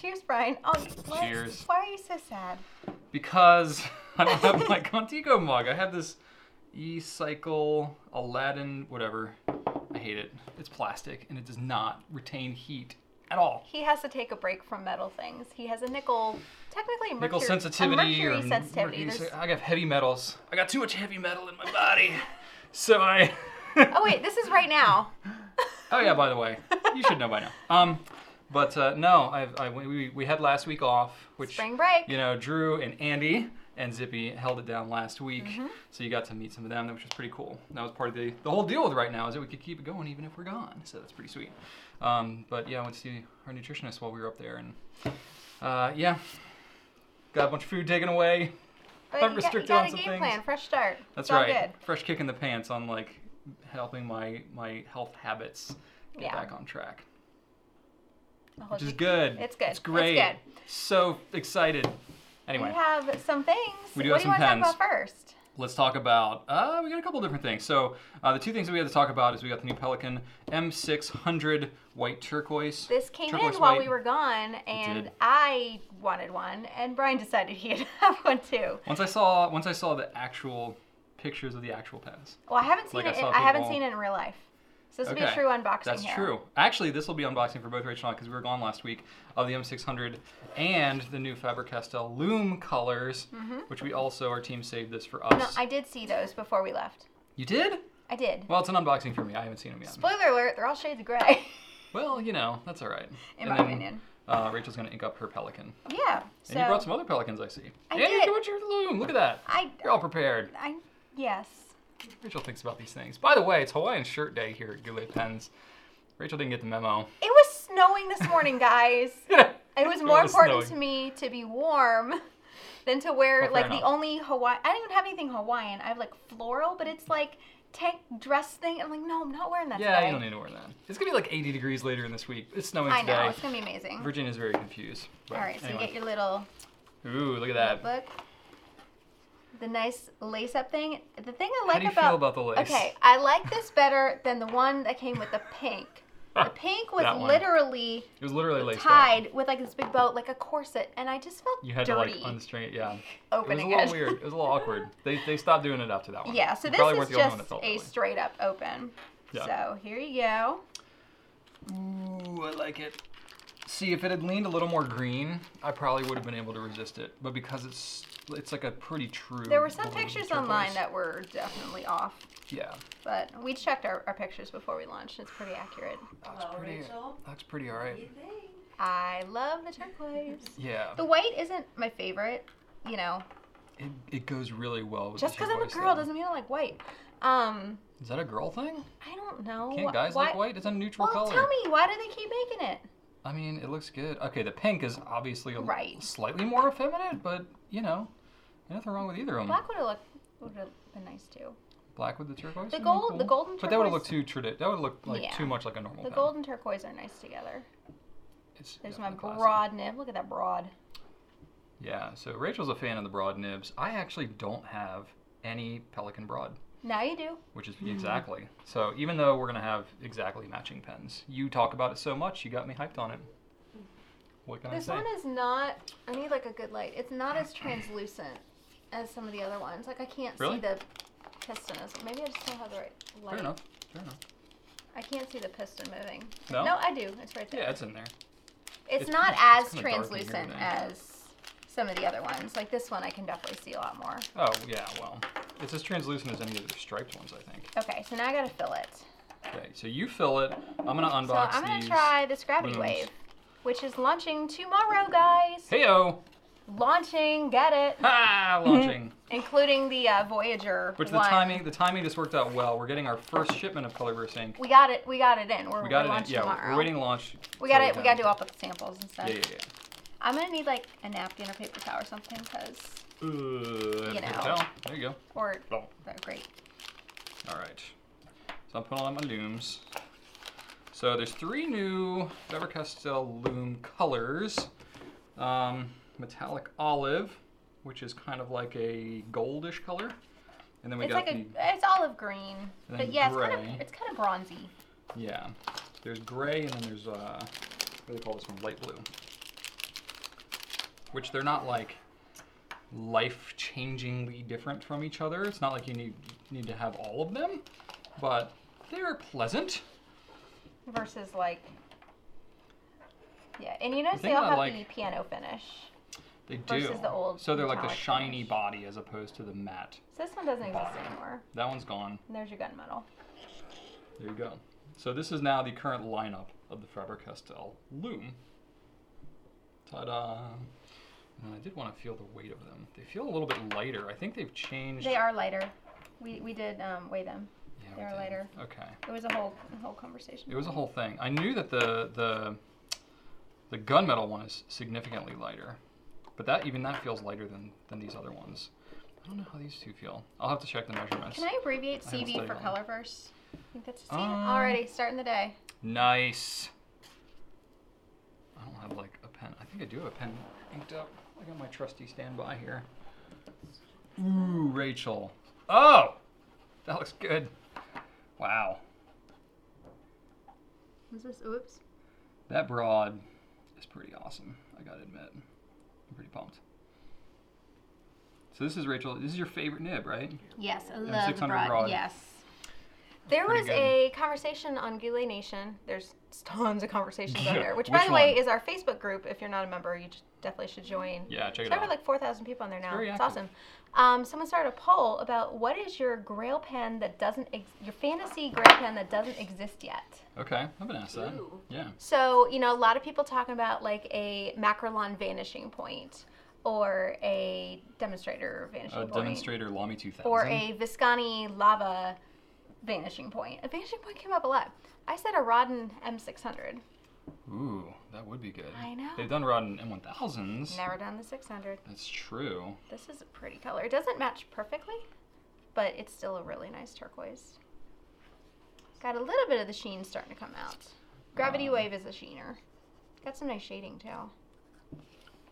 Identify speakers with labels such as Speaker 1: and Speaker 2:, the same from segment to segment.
Speaker 1: Cheers, Brian. Oh, why-
Speaker 2: Cheers.
Speaker 1: Why are you so sad?
Speaker 2: Because I don't have my Contigo mug. I have this E-Cycle Aladdin whatever. I hate it. It's plastic and it does not retain heat at all.
Speaker 1: He has to take a break from metal things. He has a nickel, technically a mercury,
Speaker 2: Nickel
Speaker 1: a
Speaker 2: sensitivity
Speaker 1: mercury
Speaker 2: or
Speaker 1: sensitivity.
Speaker 2: mercury
Speaker 1: There's-
Speaker 2: sen- I got heavy metals. I got too much heavy metal in my body. So I
Speaker 1: oh wait, this is right now.
Speaker 2: Oh yeah, by the way, you should know by now. Um, but uh, no, I, I we- we, we had last week off, which
Speaker 1: Spring break.
Speaker 2: you know Drew and Andy and Zippy held it down last week,
Speaker 1: Mm-hmm.
Speaker 2: so you got to meet some of them, which was pretty cool. That was part of the the whole deal with right now is that we could keep it going even if we're gone, so that's pretty sweet. Um, but yeah, I went to see our nutritionist while we were up there, and uh, yeah, got a bunch of food taken away.
Speaker 1: But
Speaker 2: I'm
Speaker 1: you got, you
Speaker 2: restricted
Speaker 1: got
Speaker 2: on
Speaker 1: a
Speaker 2: some
Speaker 1: game
Speaker 2: things.
Speaker 1: plan, fresh start.
Speaker 2: That's
Speaker 1: it's all Good.
Speaker 2: right, fresh kick in the pants on like helping my my health habits get
Speaker 1: Yeah.
Speaker 2: back on track.
Speaker 1: I'll hold
Speaker 2: which is
Speaker 1: you-
Speaker 2: good.
Speaker 1: It's good.
Speaker 2: It's great.
Speaker 1: It's good.
Speaker 2: So excited.
Speaker 1: We
Speaker 2: Anyway,
Speaker 1: have some things.
Speaker 2: We do
Speaker 1: what
Speaker 2: have
Speaker 1: do you
Speaker 2: some
Speaker 1: want
Speaker 2: pens.
Speaker 1: to talk about first?
Speaker 2: let's talk about. Uh, we got a couple different things. So uh, the two things that we had to talk about is we got the new Pelican M600 white turquoise.
Speaker 1: This came
Speaker 2: turquoise
Speaker 1: in while
Speaker 2: white.
Speaker 1: we were gone, and
Speaker 2: did.
Speaker 1: I wanted one, and Brian decided he had to have one too.
Speaker 2: Once I saw once I saw the actual pictures of the actual pens.
Speaker 1: Well, I haven't seen
Speaker 2: Like I
Speaker 1: it. in-
Speaker 2: saw
Speaker 1: I, haven't
Speaker 2: people-
Speaker 1: seen it in real life, so this will be
Speaker 2: Okay.
Speaker 1: a true unboxing
Speaker 2: That's
Speaker 1: here.
Speaker 2: true. Actually, this will be unboxing for both Rachel and I because we were gone last week of the M600 and the new Faber-Castell Loom colors, which we also our team saved this for
Speaker 1: Mm-hmm. No,
Speaker 2: us.
Speaker 1: I did see those before we left.
Speaker 2: You did?
Speaker 1: I did.
Speaker 2: Well, it's an unboxing for me. I haven't seen them yet.
Speaker 1: Spoiler alert: they're all shades of gray,
Speaker 2: Well, you know, that's all right.
Speaker 1: in
Speaker 2: And
Speaker 1: my
Speaker 2: then,
Speaker 1: opinion.
Speaker 2: Uh, Rachel's gonna ink up her pelican,
Speaker 1: Yeah.
Speaker 2: and
Speaker 1: So
Speaker 2: you brought some other pelicans, I see.
Speaker 1: I
Speaker 2: and you
Speaker 1: did.
Speaker 2: brought your loom. Look at that.
Speaker 1: I,
Speaker 2: You're all prepared.
Speaker 1: I, yes.
Speaker 2: Rachel thinks about these things. By the way, it's Hawaiian Shirt Day here at Goulet Pens. Rachel didn't get the memo.
Speaker 1: It was snowing this morning, guys. It was more
Speaker 2: was
Speaker 1: important
Speaker 2: snowing.
Speaker 1: to me to be warm than to wear
Speaker 2: Well, fair
Speaker 1: like the
Speaker 2: enough.
Speaker 1: only Hawaiian. I don't even have anything Hawaiian. I have like floral, but it's like tank dress thing. I'm like, no, I'm not wearing that
Speaker 2: yeah,
Speaker 1: today.
Speaker 2: you don't need to wear that. It's gonna be like 80 degrees later in this week. It's snowing
Speaker 1: I
Speaker 2: today.
Speaker 1: know it's gonna be amazing.
Speaker 2: Virginia's very confused. But
Speaker 1: All right, so you
Speaker 2: anyway.
Speaker 1: get your little
Speaker 2: Ooh, look at that.
Speaker 1: notebook. The nice lace-up thing. The thing I
Speaker 2: How
Speaker 1: like
Speaker 2: do you
Speaker 1: about
Speaker 2: feel about the lace?
Speaker 1: Okay, I like this better than the one that came with the pink. The pink was
Speaker 2: That one.
Speaker 1: literally
Speaker 2: It was literally laced up.
Speaker 1: tied with like this big bow, like a corset, and I just felt
Speaker 2: You had
Speaker 1: dirty
Speaker 2: to like unstring it. Yeah.
Speaker 1: opening
Speaker 2: it was a little weird. It was a little awkward. They, they stopped doing it after that one.
Speaker 1: Yeah, so
Speaker 2: You probably
Speaker 1: this
Speaker 2: weren't
Speaker 1: is
Speaker 2: the only one that
Speaker 1: just
Speaker 2: felt that
Speaker 1: a
Speaker 2: way.
Speaker 1: straight up open.
Speaker 2: Yeah.
Speaker 1: So here you go.
Speaker 2: Ooh, I like it. See, if it had leaned a little more green, I probably would have been able to resist it. But because it's it's like a pretty true.
Speaker 1: There were some
Speaker 2: blue
Speaker 1: pictures
Speaker 2: turquoise.
Speaker 1: online that were definitely off,
Speaker 2: yeah,
Speaker 1: but we checked our, our pictures before we launched. It's pretty accurate.
Speaker 2: that looks
Speaker 3: Hello,
Speaker 2: pretty.
Speaker 3: Rachel.
Speaker 2: That's pretty
Speaker 3: What do
Speaker 2: alright.
Speaker 3: you think?
Speaker 1: I love the turquoise.
Speaker 2: Yeah,
Speaker 1: The white isn't my favorite, you know.
Speaker 2: it, it goes really well with
Speaker 1: Just
Speaker 2: the
Speaker 1: because I'm a
Speaker 2: turquoise,
Speaker 1: girl
Speaker 2: though.
Speaker 1: doesn't mean I like white. Um,
Speaker 2: Is that a girl thing?
Speaker 1: I don't know.
Speaker 2: Can't guys
Speaker 1: why,
Speaker 2: like white? It's a neutral
Speaker 1: Well,
Speaker 2: color.
Speaker 1: tell me, why do they keep making it?
Speaker 2: I mean, it looks good. Okay, the pink is obviously a
Speaker 1: Right.
Speaker 2: slightly more effeminate, but you know, nothing wrong with either of them.
Speaker 1: Black would have looked would have been nice too.
Speaker 2: Black with the turquoise.
Speaker 1: The
Speaker 2: would've been
Speaker 1: gold,
Speaker 2: cool.
Speaker 1: the golden turquoise.
Speaker 2: But that would have looked too tradi- That would look like
Speaker 1: Yeah.
Speaker 2: too much like a normal.
Speaker 1: The
Speaker 2: pen.
Speaker 1: gold and turquoise are nice together.
Speaker 2: It's
Speaker 1: There's my
Speaker 2: definitely classy.
Speaker 1: broad nib. Look at that broad.
Speaker 2: Yeah, so Rachel's a fan of the broad nibs. I actually don't have any pelican broad,
Speaker 1: Now you do.
Speaker 2: which is exactly. So even though we're gonna have exactly matching pens, you talk about it so much, you got me hyped on it. What can
Speaker 1: This
Speaker 2: I say?
Speaker 1: one is not. I need like a good light. It's not as translucent as some of the other ones. Like I can't
Speaker 2: Really?
Speaker 1: see the piston. As, maybe I just don't have the right light.
Speaker 2: Fair enough. Fair enough.
Speaker 1: I can't see the piston moving.
Speaker 2: No?
Speaker 1: I do. It's right there.
Speaker 2: Yeah, it's in there.
Speaker 1: It's,
Speaker 2: It's
Speaker 1: not
Speaker 2: kinda-
Speaker 1: as
Speaker 2: it's kinda dark in here
Speaker 1: translucent
Speaker 2: then.
Speaker 1: as some of the other ones. Like this one, I can definitely see a lot more.
Speaker 2: Oh yeah, well, it's as translucent as any of the striped ones, I think.
Speaker 1: Okay, so now I gotta fill it.
Speaker 2: Okay, so you fill it. I'm gonna unbox
Speaker 1: so I'm gonna
Speaker 2: these.
Speaker 1: try this gravity
Speaker 2: balloons.
Speaker 1: wave, which is launching tomorrow, guys.
Speaker 2: Heyo!
Speaker 1: Launching, get it?
Speaker 2: Ha! Launching.
Speaker 1: Including the uh, Voyager.
Speaker 2: Which the
Speaker 1: one.
Speaker 2: timing, the timing just worked out well. We're getting our first shipment of Colorverse ink.
Speaker 1: We got it. We got it in. We're,
Speaker 2: We got
Speaker 1: we're
Speaker 2: it.
Speaker 1: launched
Speaker 2: In, yeah,
Speaker 1: tomorrow.
Speaker 2: we're waiting to launch.
Speaker 1: We got
Speaker 2: till
Speaker 1: it.
Speaker 2: the
Speaker 1: We got
Speaker 2: time.
Speaker 1: to do all the samples and stuff.
Speaker 2: Yeah, yeah, yeah.
Speaker 1: I'm gonna need like a napkin or paper towel or something, cause
Speaker 2: Uh, paper
Speaker 1: know.
Speaker 2: towel. There you go.
Speaker 1: or
Speaker 2: Boom.
Speaker 1: oh, great.
Speaker 2: All right. So I'm putting on my looms. So there's three new Faber-Castell loom colors. Um, metallic olive, which is kind of like a goldish color, and then we
Speaker 1: it's
Speaker 2: got
Speaker 1: like a it's olive green,
Speaker 2: And
Speaker 1: but
Speaker 2: then
Speaker 1: yeah, it's
Speaker 2: gray.
Speaker 1: kind of it's kind of bronzy.
Speaker 2: the yeah. There's gray and then there's uh, what do they call this one? Light blue. which they're not like life-changingly different from each other. It's not like you need need to have all of them, but they're pleasant.
Speaker 1: versus like yeah and you notice
Speaker 2: thing
Speaker 1: they all
Speaker 2: I
Speaker 1: have
Speaker 2: like-
Speaker 1: the piano finish
Speaker 2: They do.
Speaker 1: Versus the old
Speaker 2: so they're like the
Speaker 1: metallic
Speaker 2: shiny
Speaker 1: finish.
Speaker 2: body as opposed to the matte.
Speaker 1: so this one doesn't exist
Speaker 2: Bottom.
Speaker 1: anymore
Speaker 2: That one's gone.
Speaker 1: and there's your gunmetal
Speaker 2: There you go. So this is now the current lineup of the Faber-Castell loom. Ta-da! And I did want to feel the weight of them. They feel a little bit lighter. I think they've changed.
Speaker 1: they are lighter we, we did um, weigh them
Speaker 2: Yeah,
Speaker 1: they
Speaker 2: we
Speaker 1: are
Speaker 2: did.
Speaker 1: lighter.
Speaker 2: Okay.
Speaker 1: it was a whole a whole conversation
Speaker 2: It was a whole thing. I knew that the the the gunmetal one is significantly lighter, but that even that feels lighter than than these other ones. I don't know how these two feel. I'll have to check the measurements.
Speaker 1: can I abbreviate
Speaker 2: I haven't
Speaker 1: CV
Speaker 2: studied
Speaker 1: for
Speaker 2: that one.
Speaker 1: Colorverse? I think that's a C.
Speaker 2: Um,
Speaker 1: Already starting the day.
Speaker 2: Nice. I don't have like a pen. I think I do have a pen inked up. I got my trusty standby here. Ooh, Rachel. Oh, that looks good. Wow,
Speaker 1: Is this oops?
Speaker 2: that broad is pretty awesome. I gotta admit, I'm pretty pumped. So this is Rachel. This is your favorite nib, right?
Speaker 1: Yes, I
Speaker 2: the
Speaker 1: love the
Speaker 2: 600
Speaker 1: broad.
Speaker 2: broad.
Speaker 1: Yes. There
Speaker 2: pretty
Speaker 1: was
Speaker 2: good.
Speaker 1: a conversation on Goulet Nation. There's tons of conversations on
Speaker 2: Yeah,
Speaker 1: there, which, by
Speaker 2: which
Speaker 1: the way,
Speaker 2: one?
Speaker 1: is our Facebook group. If you're not a member, you just definitely should join.
Speaker 2: Yeah, check
Speaker 1: There's
Speaker 2: it out.
Speaker 1: over like 4,000 people on there now.
Speaker 2: very
Speaker 1: It's, awesome.
Speaker 2: active.
Speaker 1: Um, someone started a poll about what is your grail pen that doesn't, ex- your fantasy grail pen that doesn't exist yet?
Speaker 2: Okay, I've been asked that.
Speaker 3: Ooh.
Speaker 2: Yeah.
Speaker 1: So, you know, a lot of people talking about like a Macrolon vanishing point or a demonstrator vanishing
Speaker 2: A
Speaker 1: point.
Speaker 2: Oh, demonstrator Lamy 2000.
Speaker 1: or a Visconti lava vanishing point. A vanishing point came up a lot. I said a Rodden M600.
Speaker 2: Ooh, that would be good.
Speaker 1: I know.
Speaker 2: They've done Rodden M1000s.
Speaker 1: Never done the 600.
Speaker 2: That's true.
Speaker 1: This is a pretty color. It doesn't match perfectly, but it's still a really nice turquoise. Got a little bit of the sheen starting to come out. Gravity
Speaker 2: Um,
Speaker 1: Wave is a sheener. Got some nice shading too.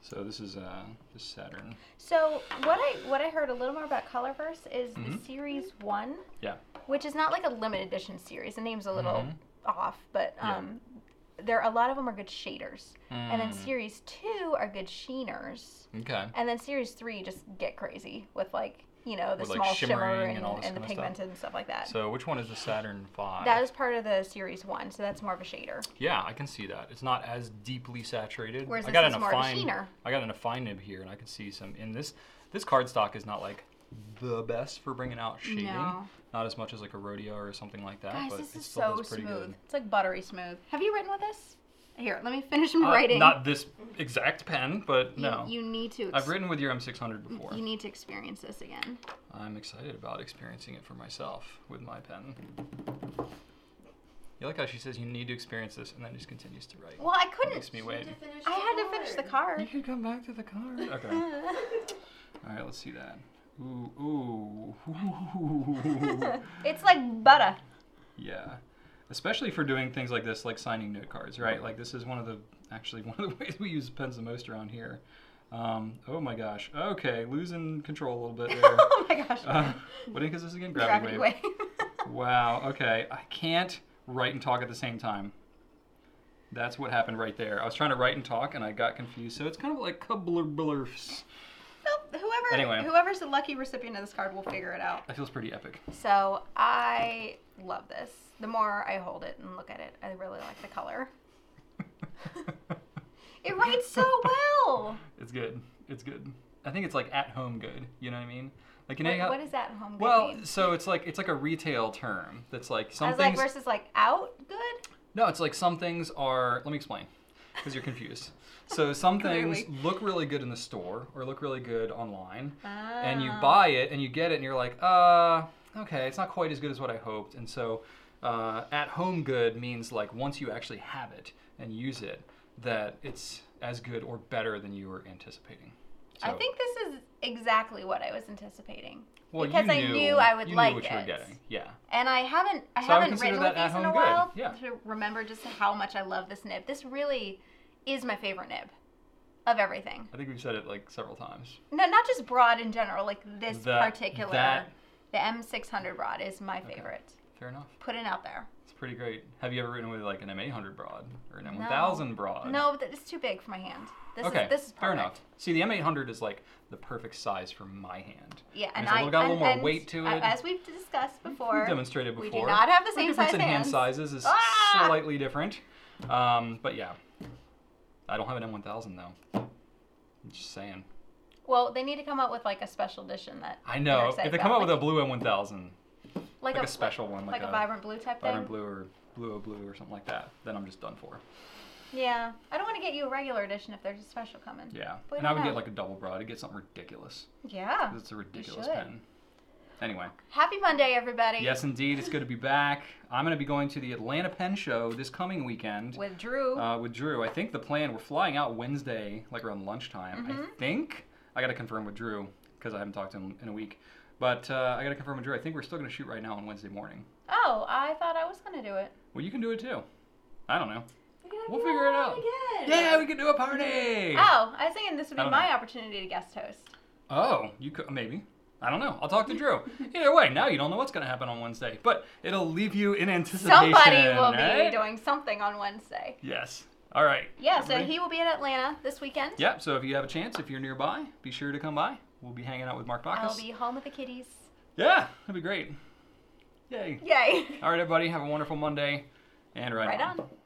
Speaker 2: So this is uh this Saturn.
Speaker 1: So what I what I heard a little more about Colorverse is the
Speaker 2: Mhm.
Speaker 1: series one,
Speaker 2: Yeah.
Speaker 1: which is not like a limited edition series. The name's a little
Speaker 2: Mhm.
Speaker 1: off, but
Speaker 2: Yeah.
Speaker 1: um, there a lot of them are good shaders. And then
Speaker 2: Mm,
Speaker 1: series two are good sheeners.
Speaker 2: Hmm, Okay.
Speaker 1: And then series three just get crazy with like, you know, the
Speaker 2: With, like,
Speaker 1: small shimmer
Speaker 2: shimmering
Speaker 1: and,
Speaker 2: and all this
Speaker 1: and the
Speaker 2: kinda stuff.
Speaker 1: pigmented and stuff like that.
Speaker 2: So uh, which one is the Saturn 5?
Speaker 1: that is part of the series one, so that's more of a shader.
Speaker 2: Yeah, I can see that. It's not as deeply saturated.
Speaker 1: Whereas
Speaker 2: I
Speaker 1: this
Speaker 2: got
Speaker 1: is
Speaker 2: in a
Speaker 1: more of a
Speaker 2: fine
Speaker 1: sheener.
Speaker 2: I got in a fine nib here and I can see some in this this cardstock is not like the best for bringing out shading.
Speaker 1: No.
Speaker 2: Not as much as like a rodeo or something like that,
Speaker 1: Guys,
Speaker 2: but
Speaker 1: this
Speaker 2: it
Speaker 1: is
Speaker 2: still
Speaker 1: so
Speaker 2: is pretty
Speaker 1: smooth.
Speaker 2: good.
Speaker 1: It's like buttery smooth. Have you written with this? Here, let me finish my
Speaker 2: Uh,
Speaker 1: writing.
Speaker 2: Not this exact pen, but
Speaker 1: you,
Speaker 2: no.
Speaker 1: You need to.
Speaker 2: I've written with your M600 before.
Speaker 1: You need to experience this again.
Speaker 2: I'm excited about experiencing it for myself with my pen. You like how she says you need to experience this and then just continues to write.
Speaker 1: Well, I couldn't.
Speaker 2: Makes me wait.
Speaker 1: I had to finish the
Speaker 2: You
Speaker 1: card.
Speaker 2: can come back to the card. Okay. All right, let's see that. Ooh, ooh.
Speaker 1: it's like butter.
Speaker 2: yeah. Especially for doing things like this, like signing note cards, right? Like this is one of the actually one of the ways we use pens the most around here. Um, oh my gosh. Okay, losing control a little bit there.
Speaker 1: oh my gosh.
Speaker 2: Uh, what ink is this again?
Speaker 1: Gravity wave.
Speaker 2: Wow. Okay. I can't write and talk at the same time. That's what happened right there. I was trying to write and talk, and I got confused. So it's kind of like cobbler blurfs.
Speaker 1: Nope, whoever
Speaker 2: Anyway.
Speaker 1: whoever's the lucky recipient of this card will figure it out.
Speaker 2: That feels pretty epic.
Speaker 1: So I love this. The more I hold it and look at it, I really like the color. It writes so well.
Speaker 2: It's good. It's good. I think it's like at home good. You know what I mean? Like you know
Speaker 1: What-
Speaker 2: how-
Speaker 1: what is that home good
Speaker 2: Well,
Speaker 1: mean?
Speaker 2: so it's like it's like a retail term. That's like
Speaker 1: I
Speaker 2: some
Speaker 1: was like
Speaker 2: things.
Speaker 1: versus like out good.
Speaker 2: No, it's like some things are. Let me explain, because you're confused. So some things
Speaker 1: Clearly.
Speaker 2: look really good in the store or look really good online, and you
Speaker 1: Ah.
Speaker 2: buy it and you get it and you're like, uh, okay, it's not quite as good as what I hoped. And so, uh, at home good means like once you actually have it and use it, that it's as good or better than you were anticipating.
Speaker 1: I
Speaker 2: So-
Speaker 1: think this is exactly what I was anticipating.
Speaker 2: well, you
Speaker 1: because I
Speaker 2: knew-
Speaker 1: knew I would
Speaker 2: you
Speaker 1: like
Speaker 2: knew what you were
Speaker 1: it.
Speaker 2: getting. Yeah.
Speaker 1: And I haven't I
Speaker 2: So I would
Speaker 1: haven't
Speaker 2: consider
Speaker 1: written with
Speaker 2: that
Speaker 1: these in a
Speaker 2: at-home good.
Speaker 1: while
Speaker 2: Yeah.
Speaker 1: to remember just how much I love this nib. This really is my favorite nib of everything.
Speaker 2: I think we've said it like several times.
Speaker 1: No, not just broad in general, like this
Speaker 2: That-
Speaker 1: particular
Speaker 2: that-
Speaker 1: the M600 broad is my favorite.
Speaker 2: Fair enough.
Speaker 1: Put it out there.
Speaker 2: It's pretty great. Have you ever ridden with like an M800 broad or an M1000 broad?
Speaker 1: No, but it's too big for my hand. This
Speaker 2: okay,
Speaker 1: is this is perfect.
Speaker 2: fair enough. See, the M800 is like the perfect size for my hand.
Speaker 1: Yeah,
Speaker 2: And
Speaker 1: and,
Speaker 2: it's a
Speaker 1: I
Speaker 2: little- got a little
Speaker 1: and-
Speaker 2: more
Speaker 1: and
Speaker 2: weight to
Speaker 1: a-
Speaker 2: it.
Speaker 1: As we've discussed before,
Speaker 2: We've demonstrated before.
Speaker 1: we do not have the
Speaker 2: the
Speaker 1: same
Speaker 2: difference
Speaker 1: size
Speaker 2: in hand
Speaker 1: hands.
Speaker 2: sizes is
Speaker 1: Ah!
Speaker 2: slightly different. Um, but yeah, I don't have an M1000 though. I'm just saying.
Speaker 1: Well, they need to come up with like a special edition that
Speaker 2: I know.
Speaker 1: intersects
Speaker 2: If they
Speaker 1: that,
Speaker 2: come out with a
Speaker 1: like,
Speaker 2: blue M1000,
Speaker 1: like,
Speaker 2: like a special one,
Speaker 1: like,
Speaker 2: like
Speaker 1: a,
Speaker 2: a
Speaker 1: vibrant blue type
Speaker 2: vibrant
Speaker 1: thing.
Speaker 2: blue or blue o' blue or something like that, then I'm just done for.
Speaker 1: Yeah, I don't want to get you a regular edition if there's a special coming.
Speaker 2: Yeah.
Speaker 1: We
Speaker 2: and I
Speaker 1: don't
Speaker 2: would get
Speaker 1: know.
Speaker 2: like a double broad. I'd get something ridiculous.
Speaker 1: Yeah.
Speaker 2: 'Cause It's a ridiculous
Speaker 1: should.
Speaker 2: pen. Anyway.
Speaker 1: Happy Monday, everybody.
Speaker 2: Yes, indeed. It's good to be back. I'm going to be going to the Atlanta Pen Show this coming weekend
Speaker 1: With Drew.
Speaker 2: uh, with Drew. I think the plan, we're flying out Wednesday, like around lunchtime.
Speaker 1: Mm-hmm.
Speaker 2: I think. I got to confirm with Drew because I haven't talked to him in a week. But uh, I got to confirm with Drew. I think we're still going to shoot right now on Wednesday morning.
Speaker 1: oh, I thought I was gonna do it.
Speaker 2: Well, you can do it too. I don't know.
Speaker 1: We could have
Speaker 2: We'll
Speaker 1: you
Speaker 2: figure it
Speaker 1: on
Speaker 2: out.
Speaker 1: Again.
Speaker 2: Yeah, we can do a party!
Speaker 1: Oh, I was thinking this would be
Speaker 2: I don't
Speaker 1: my opportunity to guest host.
Speaker 2: Oh, you could maybe. I don't know. I'll talk to Drew. Either way, now you don't know what's going to happen on Wednesday, but it'll leave you in anticipation.
Speaker 1: Somebody will be
Speaker 2: right?
Speaker 1: doing something on Wednesday.
Speaker 2: Yes. All right.
Speaker 1: Yeah, so
Speaker 2: Everybody-
Speaker 1: he will be in Atlanta this weekend.
Speaker 2: Yeah. So if you have a chance, if you're nearby, be sure to come by. We'll be hanging out with Mark Bacchus.
Speaker 1: I'll be home with the kitties.
Speaker 2: Yeah, that'd be great. Yay.
Speaker 1: Yay.
Speaker 2: All right, everybody. Have a wonderful Monday, and right,
Speaker 1: Right on.